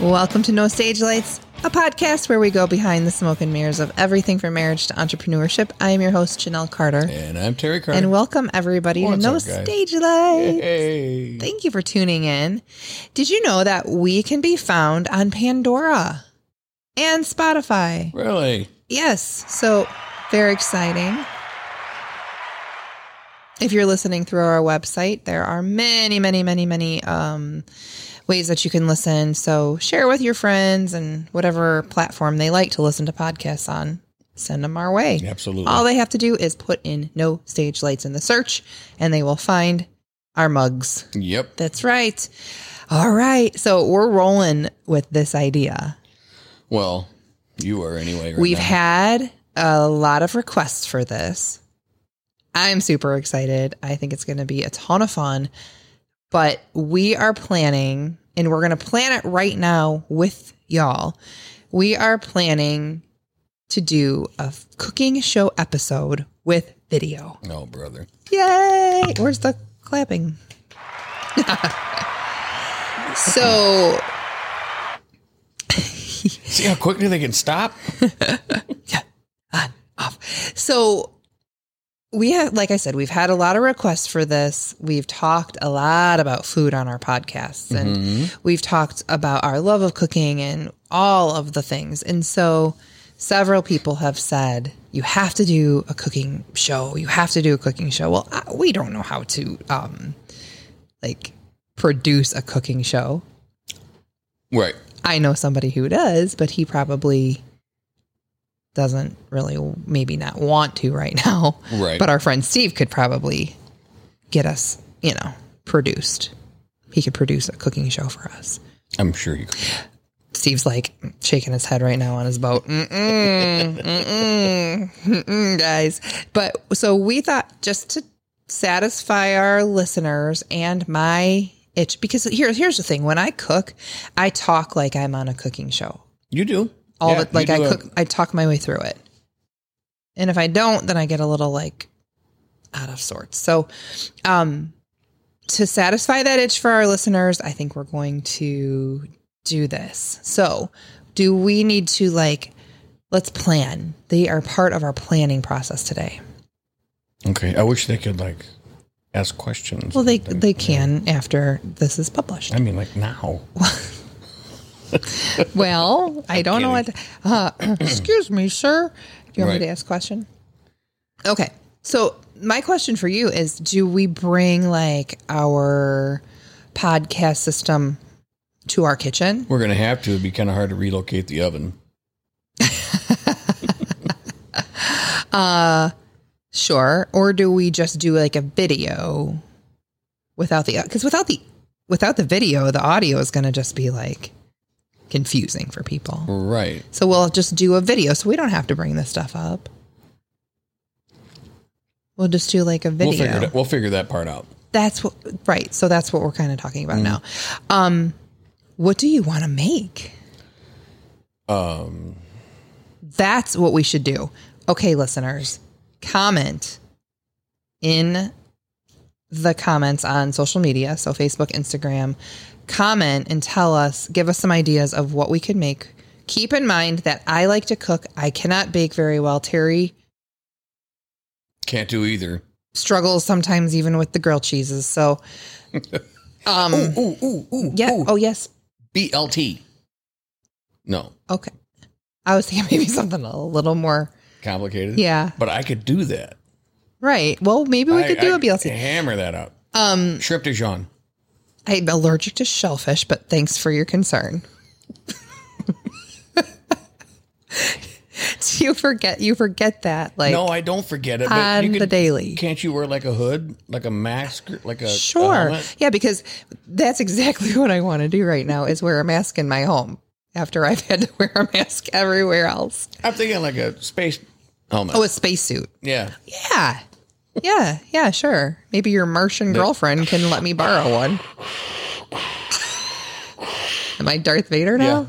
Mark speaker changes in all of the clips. Speaker 1: Welcome to No Stage Lights, a podcast where we go behind the smoke and mirrors of everything from marriage to entrepreneurship. I am your host, Chanel Carter.
Speaker 2: And I'm Terry Carter.
Speaker 1: And welcome everybody to
Speaker 2: What's
Speaker 1: No
Speaker 2: up, guys?
Speaker 1: Stage Lights.
Speaker 2: hey.
Speaker 1: Thank you for tuning in. Did you know that we can be found on Pandora and Spotify?
Speaker 2: Really?
Speaker 1: Yes. So very exciting. If you're listening through our website, there are many, many, many, many um, ways that you can listen. So share with your friends and whatever platform they like to listen to podcasts on. Send them our way.
Speaker 2: Absolutely.
Speaker 1: All they have to do is put in no stage lights in the search, and they will find our mugs.
Speaker 2: yep.
Speaker 1: That's right. All right. So we're rolling with this idea.
Speaker 2: Well, you are anyway. Right
Speaker 1: We've
Speaker 2: now.
Speaker 1: had a lot of requests for this. I'm super excited. I think it's going to be a ton of fun. But we are planning, and we're going to plan it right now with y'all. We are planning to do a f- cooking show episode with video.
Speaker 2: Oh, brother.
Speaker 1: Yay! Where's the clapping? so
Speaker 2: See how quickly they can stop?
Speaker 1: off. So we have, like I said, we've had a lot of requests for this. We've talked a lot about food on our podcasts and we've talked about our love of cooking and all of the things. And so several people have said, you have to do a cooking show. You have to do a cooking show. Well, I, we don't know how to, um, like, produce a cooking show.
Speaker 2: Right.
Speaker 1: I know somebody who does, but he probably doesn't really, maybe not want to right now.
Speaker 2: Right.
Speaker 1: But our friend Steve could probably get us, you know, produced. He could produce a cooking show for us.
Speaker 2: I'm sure you can.
Speaker 1: Steve's like shaking his head right now on his boat. Mm-mm, mm-mm, mm-mm, guys. But so we thought just to satisfy our listeners and my itch, because here, here's the thing when I cook, I talk like I'm on a cooking show.
Speaker 2: You do.
Speaker 1: All the
Speaker 2: Yeah, you
Speaker 1: like I
Speaker 2: do a-
Speaker 1: cook, I talk my way through it. And if I don't, then I get a little like out of sorts. So, um, to satisfy that itch for our listeners, I think we're going to do this. So, do we need to like let's plan? They are part of our planning process today.
Speaker 2: okay. I wish they could, like, ask questions.
Speaker 1: Well, they they can after this is published.
Speaker 2: I mean, like, now.
Speaker 1: Well, I don't know what. Uh, excuse me, sir. Do you want me
Speaker 2: Right.
Speaker 1: to ask a question? Okay. So, my question for you is do we bring like our podcast system to our kitchen?
Speaker 2: We're going to have to. It'd be kind of hard to relocate the oven.
Speaker 1: Sure. Or do we just do like a video without the cuz without the without the video, the audio is going to just be like confusing for people.
Speaker 2: Right.
Speaker 1: So, we'll just do a video so we don't have to bring this stuff up. We'll just do like a video.
Speaker 2: We'll figure, it, we'll figure that part out.
Speaker 1: That's what, right. So that's what we're kind of talking
Speaker 2: Mm.
Speaker 1: about now. Um, what do you want to make?
Speaker 2: Um,
Speaker 1: That's what we should do. Okay, listeners, comment in the comments on social media. So Facebook, Instagram, comment and tell us, give us some ideas of what we could make. Keep in mind that I like to cook. I cannot bake very well. Terry
Speaker 2: can't do either.
Speaker 1: struggles sometimes even with the grilled cheeses. So, um,
Speaker 2: Ooh, ooh, ooh.
Speaker 1: yeah.
Speaker 2: ooh.
Speaker 1: Oh, yes.
Speaker 2: BLT. No.
Speaker 1: Okay. I was thinking maybe something a little more.
Speaker 2: Complicated.
Speaker 1: Yeah.
Speaker 2: But I could do that.
Speaker 1: Right. Well, maybe we
Speaker 2: I-
Speaker 1: could do
Speaker 2: I
Speaker 1: a BLC.
Speaker 2: Hammer that out.
Speaker 1: Um,
Speaker 2: Shrimp de Jean.
Speaker 1: I'm allergic to shellfish, but thanks for your concern. do you forget? You forget that, like
Speaker 2: No, I don't forget it. But
Speaker 1: on
Speaker 2: you
Speaker 1: the daily.
Speaker 2: Can't you wear like a hood, like a mask, or like a a
Speaker 1: Sure.
Speaker 2: helmet?
Speaker 1: Yeah, because that's exactly what I want to do right now is wear a mask in my home after I've had to wear a mask everywhere else.
Speaker 2: I'm thinking like a space helmet.
Speaker 1: Oh, a spacesuit.
Speaker 2: yeah.
Speaker 1: Yeah. Yeah. Yeah, sure. Maybe your Martian girlfriend can let me borrow one. Am I Darth Vader now?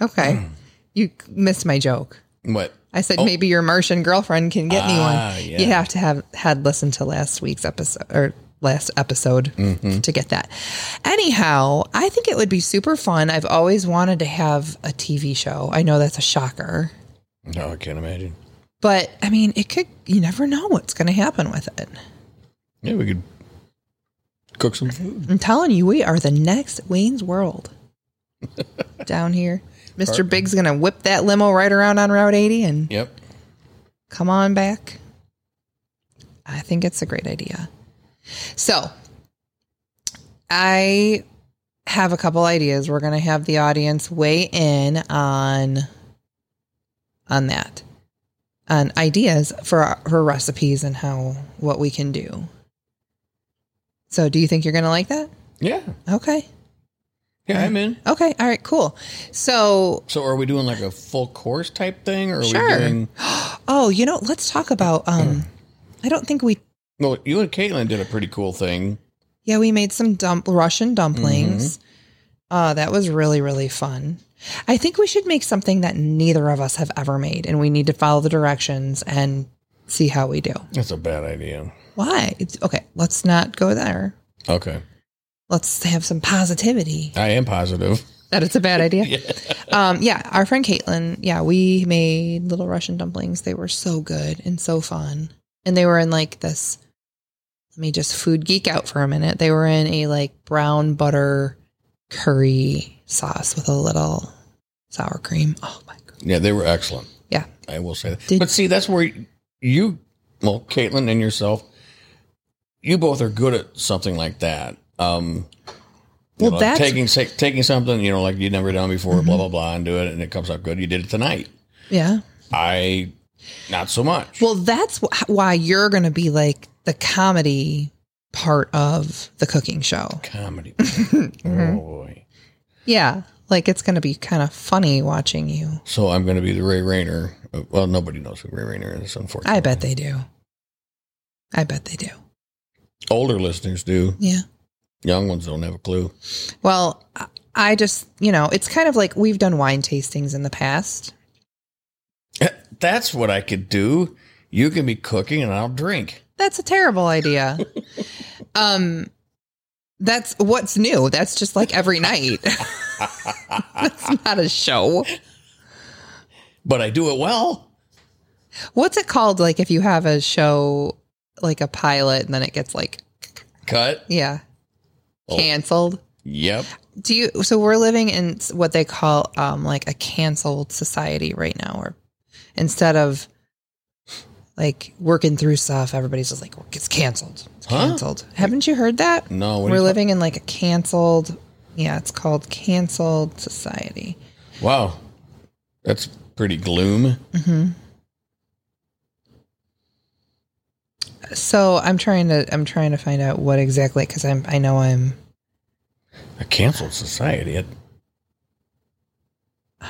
Speaker 1: Okay. You missed my joke.
Speaker 2: What?
Speaker 1: I said maybe your Martian girlfriend can get me
Speaker 2: Oh. Ah,
Speaker 1: one.
Speaker 2: yeah.
Speaker 1: You have to have had listened to last week's episode or last episode
Speaker 2: Mm-hmm.
Speaker 1: to get that. Anyhow, I think it would be super fun. I've always wanted to have a TV show. I know that's a shocker,
Speaker 2: No, I can't imagine.
Speaker 1: but I mean, it could, you never know what's going to happen with it.
Speaker 2: Yeah, we could cook some food.
Speaker 1: I'm telling you, we are the next Wayne's World down here. Mr. Big's going to whip that limo right around on Route 80 and
Speaker 2: Yep.
Speaker 1: come on back. I think it's a great idea. So, I have a couple ideas. We're going to have the audience weigh in on on that. On ideas for for recipes and how what we can do. So, do you think you're going to like that?
Speaker 2: Yeah.
Speaker 1: Okay.
Speaker 2: Yeah, I'm in.
Speaker 1: Okay. All right, cool. So,
Speaker 2: So are we doing like a full course type thing or are we
Speaker 1: Sure.
Speaker 2: doing
Speaker 1: oh, you know, let's talk about um I don't think we
Speaker 2: Well, you and Caitlin did a pretty cool thing.
Speaker 1: Yeah, we made some dump Russian dumplings. Uh, that was really really fun. I think we should make something that neither of us have ever made, and we need to follow the directions and see how we do.
Speaker 2: That's a bad idea.
Speaker 1: Why? It's, okay, let's not go there.
Speaker 2: Okay.
Speaker 1: Let's have some positivity
Speaker 2: I am positive.
Speaker 1: that it's a bad idea. Um, yeah, our friend Caitlin. Yeah, we made little Russian dumplings. They were so good and so fun, and they were in like this. Let me just food geek out for a minute. They were in a like brown butter curry sauce with a little sour cream. Oh my god!
Speaker 2: Yeah, they were excellent.
Speaker 1: Yeah,
Speaker 2: I will say that.
Speaker 1: Did-
Speaker 2: but see, that's where you, well, Caitlin and yourself, you both are good at something like that. Um,
Speaker 1: Well,
Speaker 2: you know,
Speaker 1: that's- Mm-hmm.
Speaker 2: taking sa- taking something you know like you'd never done before, blah blah blah, and do it, and it comes out good. You did it tonight.
Speaker 1: yeah.
Speaker 2: I not so much.
Speaker 1: Well, that's wh- why you're going to be like the comedy part of the cooking show.
Speaker 2: Comedy.
Speaker 1: Mm-hmm.
Speaker 2: oh boy.
Speaker 1: Yeah, like it's going to be kind of funny watching you.
Speaker 2: So I'm going to be the Ray Rayner. Uh, Well, nobody knows who Ray Rayner is, unfortunately.
Speaker 1: I bet they do. I bet they do.
Speaker 2: older listeners do.
Speaker 1: Yeah.
Speaker 2: Young ones don't have a clue.
Speaker 1: Well, I- I just, you know, it's kind of like we've done wine tastings in the past.
Speaker 2: That's what I could do. You can be cooking, and I'll drink.
Speaker 1: That's a terrible idea. um that's what's new. That's just like every night. that's not a show.
Speaker 2: but I do it well.
Speaker 1: What's it called like if you have a show like a pilot and then it gets like
Speaker 2: Cut.
Speaker 1: yeah,
Speaker 2: Oh.
Speaker 1: canceled?
Speaker 2: Yep.
Speaker 1: Do you so we're living in what they call um like a canceled society right now where instead of like working through stuff, everybody's just like it's canceled. It's
Speaker 2: Huh?
Speaker 1: canceled. Haven't you heard that?
Speaker 2: No. What do
Speaker 1: We're
Speaker 2: you-
Speaker 1: living in like a canceled yeah, it's called canceled society.
Speaker 2: wow. That's pretty gloom.
Speaker 1: Mm-hmm. So I'm trying to I'm trying to find out what exactly because I'm I know I'm
Speaker 2: A canceled society. It,
Speaker 1: I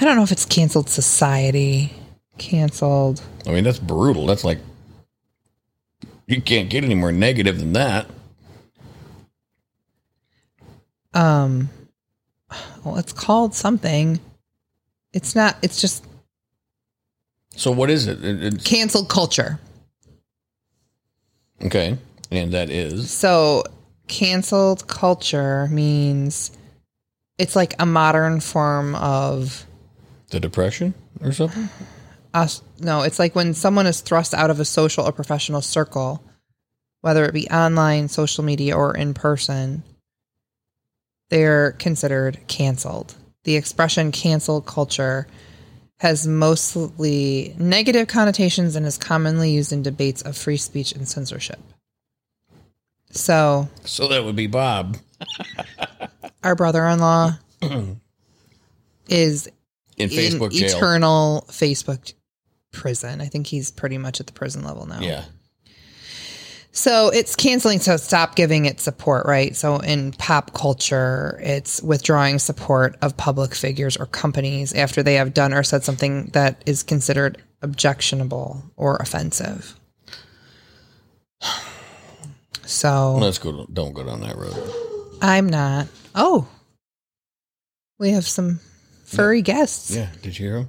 Speaker 1: don't know if it's canceled society. Canceled
Speaker 2: I mean, that's brutal. That's like you can't get any more negative than that.
Speaker 1: um well it's called something. It's not it's just
Speaker 2: So what is it? It- it's-
Speaker 1: cancel culture.
Speaker 2: okay, and that is
Speaker 1: So, canceled culture means it's like a modern form of
Speaker 2: the depression or something.
Speaker 1: us. No, it's like when someone is thrust out of a social or professional circle, whether it be online, social media, or in person, they're considered canceled. The expression cancel culture has mostly negative connotations and is commonly used in debates of free speech and censorship. So,
Speaker 2: So that would be Bob.
Speaker 1: our brother-in-law is in
Speaker 2: in Facebook jail.
Speaker 1: eternal Facebook prison. I think he's pretty much at the prison level now.
Speaker 2: yeah.
Speaker 1: So it's canceling. So stop giving it support, right? So in pop culture, it's withdrawing support of public figures or companies after they have done or said something that is considered objectionable or offensive. So
Speaker 2: Let's go. Don't go down that road.
Speaker 1: I'm not. Oh, we have some furry guests.
Speaker 2: Yeah. Did you hear him?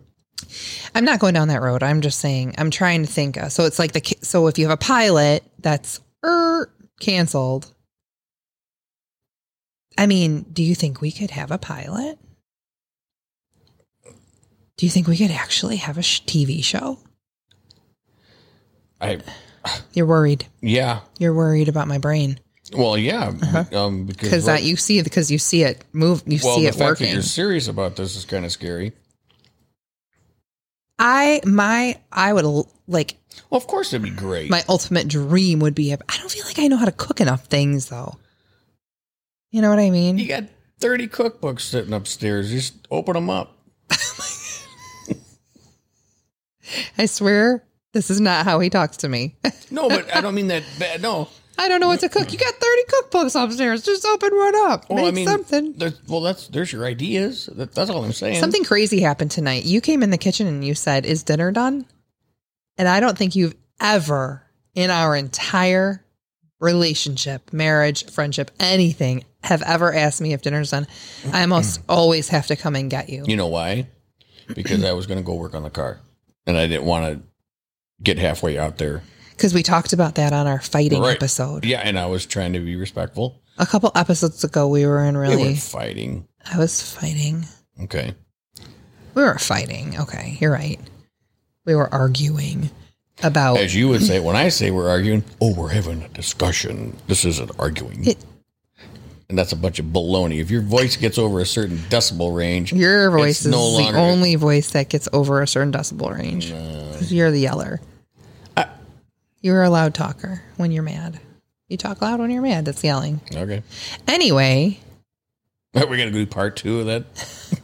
Speaker 1: I'm not going down that road. I'm just saying I'm trying to think. uh, So it's like the ki- so if you have a pilot, that's er canceled. I mean, do you think we could have a pilot? Do you think we could actually have a sh- TV show?
Speaker 2: I
Speaker 1: You're worried.
Speaker 2: yeah.
Speaker 1: You're worried about my brain
Speaker 2: Well, yeah.
Speaker 1: Uh-huh.
Speaker 2: Um, because
Speaker 1: because that you see because you see it move. You
Speaker 2: well,
Speaker 1: see
Speaker 2: the
Speaker 1: it
Speaker 2: fact that
Speaker 1: working.
Speaker 2: you're serious about this is kind of scary.
Speaker 1: I my I would l- like
Speaker 2: Well, of course it'd be great.
Speaker 1: my ultimate dream would be. If, I don't feel like I know how to cook enough things though. You know what I mean?
Speaker 2: you got 30 cookbooks sitting upstairs. Just open them up.
Speaker 1: I swear this is not how he talks to me.
Speaker 2: No, but I don't mean that bad. No.
Speaker 1: I don't know what to cook. You got 30 cookbooks upstairs. Just open one up.
Speaker 2: Well,
Speaker 1: Make
Speaker 2: I mean
Speaker 1: something.
Speaker 2: there's- Well, that's there's your ideas. That, that's all I'm saying.
Speaker 1: Something crazy happened tonight. You came in the kitchen and you said, Is dinner done? And I don't think you've ever in our entire relationship, marriage, friendship, anything, have ever asked me if dinner's done. I almost always have to come and get you.
Speaker 2: You know why? Because I was going to go work on the car, and I didn't want to get halfway out there.
Speaker 1: Because we talked about that on our fighting
Speaker 2: Right.
Speaker 1: episode.
Speaker 2: Yeah, and I was trying to be respectful.
Speaker 1: A couple episodes ago, we were in
Speaker 2: We
Speaker 1: really,
Speaker 2: were fighting.
Speaker 1: I was fighting.
Speaker 2: Okay.
Speaker 1: We were fighting. Okay, you're right. We were arguing about
Speaker 2: As you would say, when I say we're arguing, oh, we're having a discussion. This isn't arguing.
Speaker 1: It-
Speaker 2: and that's a bunch of baloney. If your voice gets over a certain decibel range,
Speaker 1: your voice
Speaker 2: It's
Speaker 1: is
Speaker 2: no
Speaker 1: the
Speaker 2: longer-
Speaker 1: only voice that gets over a certain decibel range. You're the yeller. you're a loud talker when you're mad. You talk loud when you're mad. That's yelling.
Speaker 2: okay.
Speaker 1: Anyway,
Speaker 2: Are we going to do part two of that?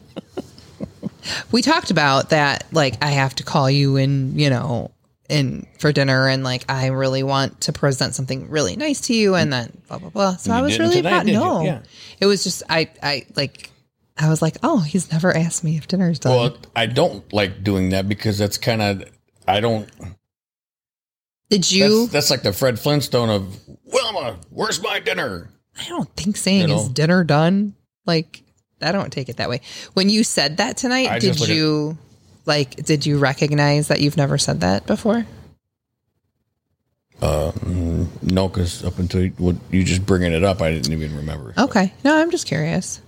Speaker 1: we talked about that. Like, I have to call you and you know, and for dinner, and like, I really want to present something really nice to you, and then blah blah blah. So I was
Speaker 2: didn't
Speaker 1: really
Speaker 2: tonight,
Speaker 1: proud.
Speaker 2: did you?
Speaker 1: No,
Speaker 2: Yeah.
Speaker 1: it was just I, I like, I was like, oh, he's never asked me if dinner's done.
Speaker 2: Well, I don't like doing that because that's kind of, I don't,
Speaker 1: Did you?
Speaker 2: that's, that's like the Fred Flintstone of, Wilma, where's my dinner?
Speaker 1: I don't think saying
Speaker 2: You
Speaker 1: is
Speaker 2: know?
Speaker 1: dinner done. Like I don't take it that way. When you said that tonight,
Speaker 2: I
Speaker 1: did
Speaker 2: just look at-
Speaker 1: you like did you recognize that you've never said that before?
Speaker 2: Uh, mm, no, because up until you, what- you just bringing it up, I didn't even remember.
Speaker 1: Okay. No, I'm just curious.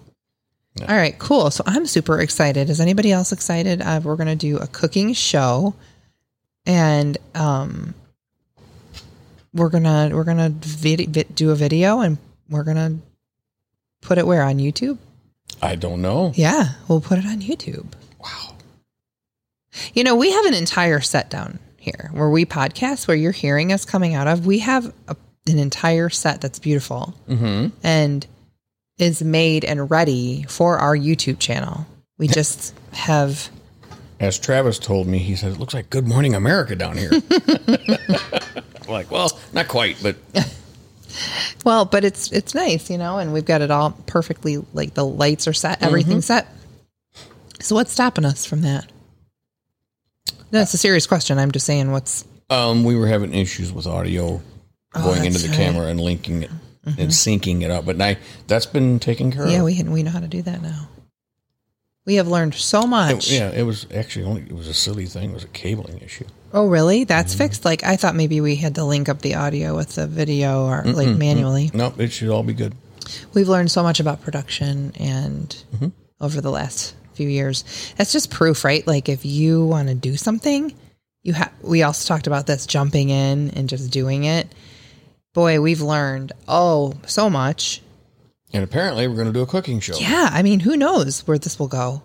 Speaker 1: All right, cool. So I'm super excited. Is anybody else excited? Uh, we're gonna do a cooking show, and um, we're gonna we're gonna vid- vid- do a video, and we're gonna put it where on YouTube.
Speaker 2: I don't know.
Speaker 1: Yeah, we'll put it on YouTube.
Speaker 2: Wow.
Speaker 1: You know, we have an entire set down here where we podcast, where you're hearing us coming out of. We have a, an entire set that's beautiful
Speaker 2: Mm-hmm.
Speaker 1: and is made and ready for our YouTube channel. We just have
Speaker 2: As Travis told me, he says, it looks like Good Morning America down here. like, well, not quite, but
Speaker 1: well, but it's it's nice, you know, and we've got it all perfectly like the lights are set, everything's set. So what's stopping us from that? No, it's a serious question. I'm just saying what's
Speaker 2: um, we were having issues with audio going into
Speaker 1: Oh, that's
Speaker 2: the
Speaker 1: right. Mm-hmm.
Speaker 2: camera and linking it and syncing it up. But I, that's been taken care
Speaker 1: Yeah,
Speaker 2: of.
Speaker 1: we can, we know how to do that now. We have learned so much.
Speaker 2: yeah, it was actually only, it was a silly thing. It was a cabling issue.
Speaker 1: Oh, really? That's fixed. Like I thought maybe we had to link up the audio with the video or like manually.
Speaker 2: No, it should all be good.
Speaker 1: We've learned so much about production and over the last few years. That's just proof, right? Like if you want to do something, you have we also talked about this jumping in and just doing it. Boy, we've learned oh so much.
Speaker 2: And apparently, we're going to do a cooking show.
Speaker 1: Yeah, I mean, who knows where this will go?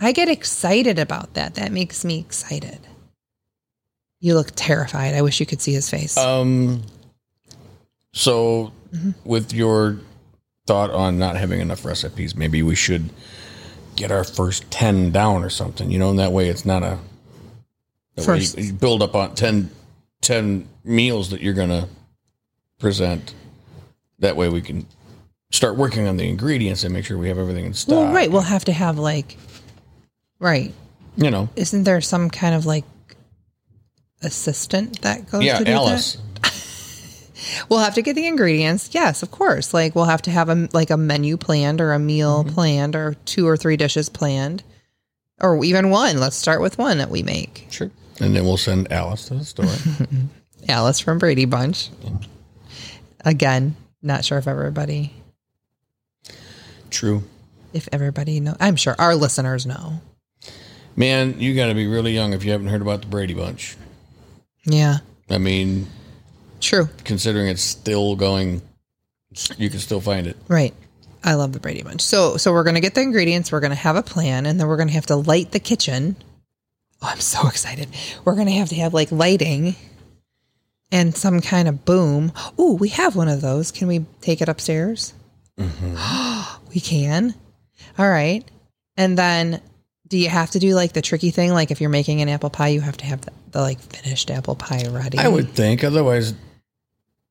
Speaker 1: I get excited about that. That makes me excited. You look terrified. I wish you could see his face.
Speaker 2: Um. So, with your thought on not having enough recipes, maybe we should get our first ten down or something. You know, and that way it's not a that way you-
Speaker 1: First.
Speaker 2: you build up on 10, 10 meals that you're gonna present. That way we can start working on the ingredients and make sure we have everything in stock.
Speaker 1: well, right. We'll have to have like, right.
Speaker 2: You know.
Speaker 1: Isn't there some kind of like assistant that goes
Speaker 2: Yeah,
Speaker 1: to do
Speaker 2: Alice.
Speaker 1: that? We'll have to get the ingredients. Yes, of course. Like we'll have to have a like a menu planned or a meal
Speaker 2: Mm-hmm.
Speaker 1: planned or two or three dishes planned or even one. Let's start with one that we make.
Speaker 2: Sure. And then we'll send Alice to the store.
Speaker 1: Alice from Brady Bunch. Again, not sure if everybody
Speaker 2: True.
Speaker 1: if everybody know. I'm sure our listeners know.
Speaker 2: Man, you got to be really young if you haven't heard about the Brady Bunch.
Speaker 1: Yeah.
Speaker 2: I mean,
Speaker 1: True.
Speaker 2: considering it's still going, you can still find it.
Speaker 1: Right. I love the Brady Bunch. So so we're gonna get the ingredients, we're gonna have a plan, and then we're gonna have to light the kitchen. Oh, I'm so excited. We're gonna have to have like lighting and some kind of boom. Ooh, we have one of those. Can we take it upstairs?
Speaker 2: Mm-hmm.
Speaker 1: we can. All right. And then do you have to do like the tricky thing? Like if you're making an apple pie, you have to have the, the like finished apple pie ready.
Speaker 2: I would think. Otherwise,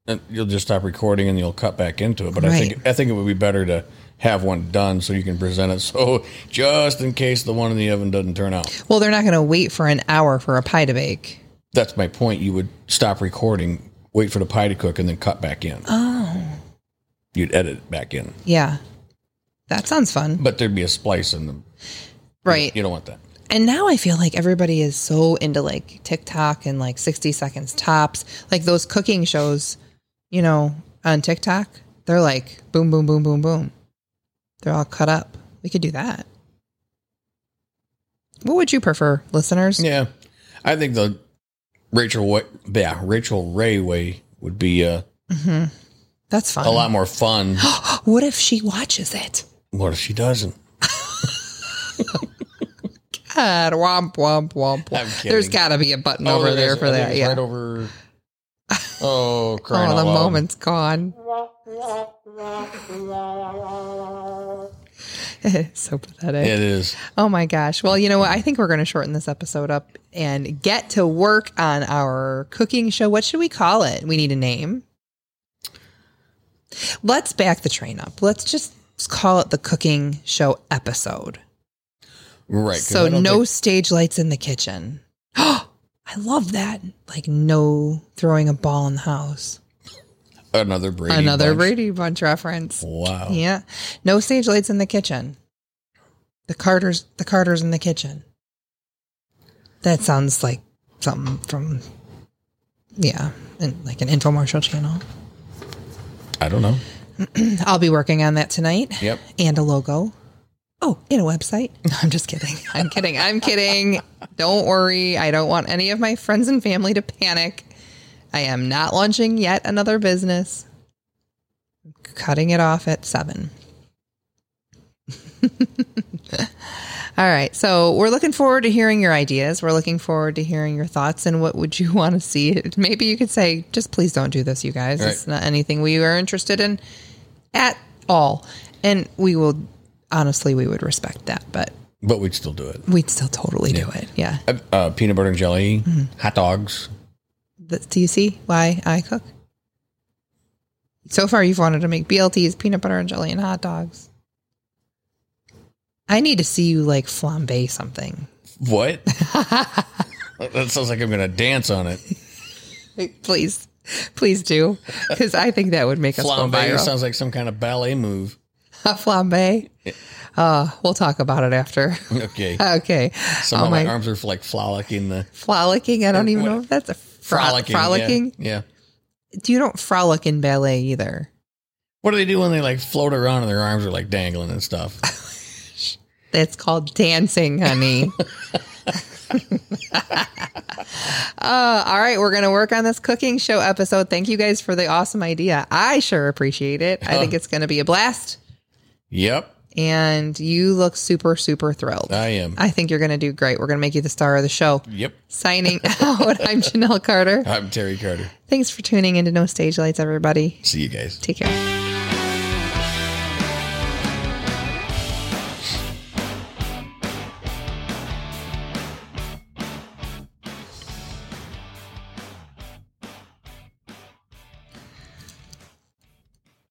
Speaker 2: uh, you'll just stop recording and you'll cut back into it. But I think I think it would be better to have one done so you can present it. So just in case the one in the oven doesn't turn out,
Speaker 1: Well, they're not gonna wait for an hour for a pie to bake.
Speaker 2: that's my point. You would stop recording, wait for the pie to cook, and then cut back in. Oh, you'd edit it back in,
Speaker 1: Yeah. That sounds fun.
Speaker 2: but there'd be a splice in them.
Speaker 1: Right.
Speaker 2: You don't want that.
Speaker 1: And now I feel like everybody is so into like TikTok and like 60 seconds tops, like those cooking shows, you know, on TikTok. They're like boom, boom, boom, boom, boom. They're all cut up. We could do that. What would you prefer, listeners?
Speaker 2: Yeah, I think the Rachel, Wa- yeah, Rachel Ray way would be uh,
Speaker 1: That's fun.
Speaker 2: a lot more fun.
Speaker 1: What if she watches it?
Speaker 2: what if she doesn't?
Speaker 1: God, Ah, womp, womp, womp,
Speaker 2: I'm
Speaker 1: womp.
Speaker 2: kidding.
Speaker 1: There's got to be a button over
Speaker 2: Oh,
Speaker 1: there
Speaker 2: is.
Speaker 1: for
Speaker 2: I think
Speaker 1: that.
Speaker 2: it's
Speaker 1: Yeah.
Speaker 2: Right over. Oh, crying
Speaker 1: Oh,
Speaker 2: out
Speaker 1: the
Speaker 2: loud.
Speaker 1: moment's gone. so pathetic.
Speaker 2: It is.
Speaker 1: Oh my gosh. Well, you know what? I think we're going to shorten this episode up and get to work on our cooking show. What should we call it? We need a name. Let's back the train up. Let's just call it the cooking show episode.
Speaker 2: Right. 'cause
Speaker 1: so
Speaker 2: I don't
Speaker 1: no
Speaker 2: think-
Speaker 1: stage lights in the kitchen. I love that. Like no throwing a ball in the house.
Speaker 2: another Brady.
Speaker 1: Another
Speaker 2: bunch.
Speaker 1: Brady Bunch reference.
Speaker 2: Wow.
Speaker 1: Yeah. No stage lights in the kitchen. The Carters the Carters in the kitchen. That sounds like something from yeah, and like an infomercial channel.
Speaker 2: I don't know.
Speaker 1: I'll be working on that tonight.
Speaker 2: Yep.
Speaker 1: And a logo. Oh, and a website. No, I'm just kidding. I'm kidding. I'm kidding. Don't worry. I don't want any of my friends and family to panic. I am not launching yet another business. Cutting it off at seven. All right. So we're looking forward to hearing your ideas. We're looking forward to hearing your thoughts and what would you want to see. Maybe you could say, just please don't do this, you guys.
Speaker 2: Right.
Speaker 1: It's not anything we are interested in at all. And we will, honestly, we would respect that, but
Speaker 2: But we'd still do it.
Speaker 1: we'd still totally do it. Yeah.
Speaker 2: Uh, Uh, peanut butter and jelly,
Speaker 1: Mm-hmm.
Speaker 2: hot dogs.
Speaker 1: Th- do you see why I cook? So far, you've wanted to make BLTs, peanut butter and jelly, and hot dogs. I need to see you like flambe something.
Speaker 2: What? that sounds like I'm going to dance on it.
Speaker 1: Please, please do, because I think that would make us go
Speaker 2: Flambe
Speaker 1: viral.
Speaker 2: sounds like some kind of ballet move.
Speaker 1: A flambe. Uh, we'll talk about it after.
Speaker 2: Okay.
Speaker 1: okay.
Speaker 2: Somehow
Speaker 1: Uh, oh
Speaker 2: my,
Speaker 1: my,
Speaker 2: arms are like frolicking the
Speaker 1: frolicking. I don't even
Speaker 2: what-
Speaker 1: know if that's a fro-
Speaker 2: frolicking.
Speaker 1: frolicking.
Speaker 2: yeah, yeah.
Speaker 1: You don't frolic in ballet either.
Speaker 2: What do they do when they like float around and their arms are like dangling and stuff?
Speaker 1: That's called dancing, honey. uh, all right, we're going to work on this cooking show episode. Thank you guys for the awesome idea. I sure appreciate it. I think it's going to be a blast.
Speaker 2: Yep,
Speaker 1: And you look super, super thrilled.
Speaker 2: I am.
Speaker 1: I think you're going to do great. We're going to make you the star of the show.
Speaker 2: Yep,
Speaker 1: Signing out, I'm Janelle Carter.
Speaker 2: I'm Terry Carter.
Speaker 1: Thanks for tuning into No Stage Lights, everybody.
Speaker 2: See you guys.
Speaker 1: Take care.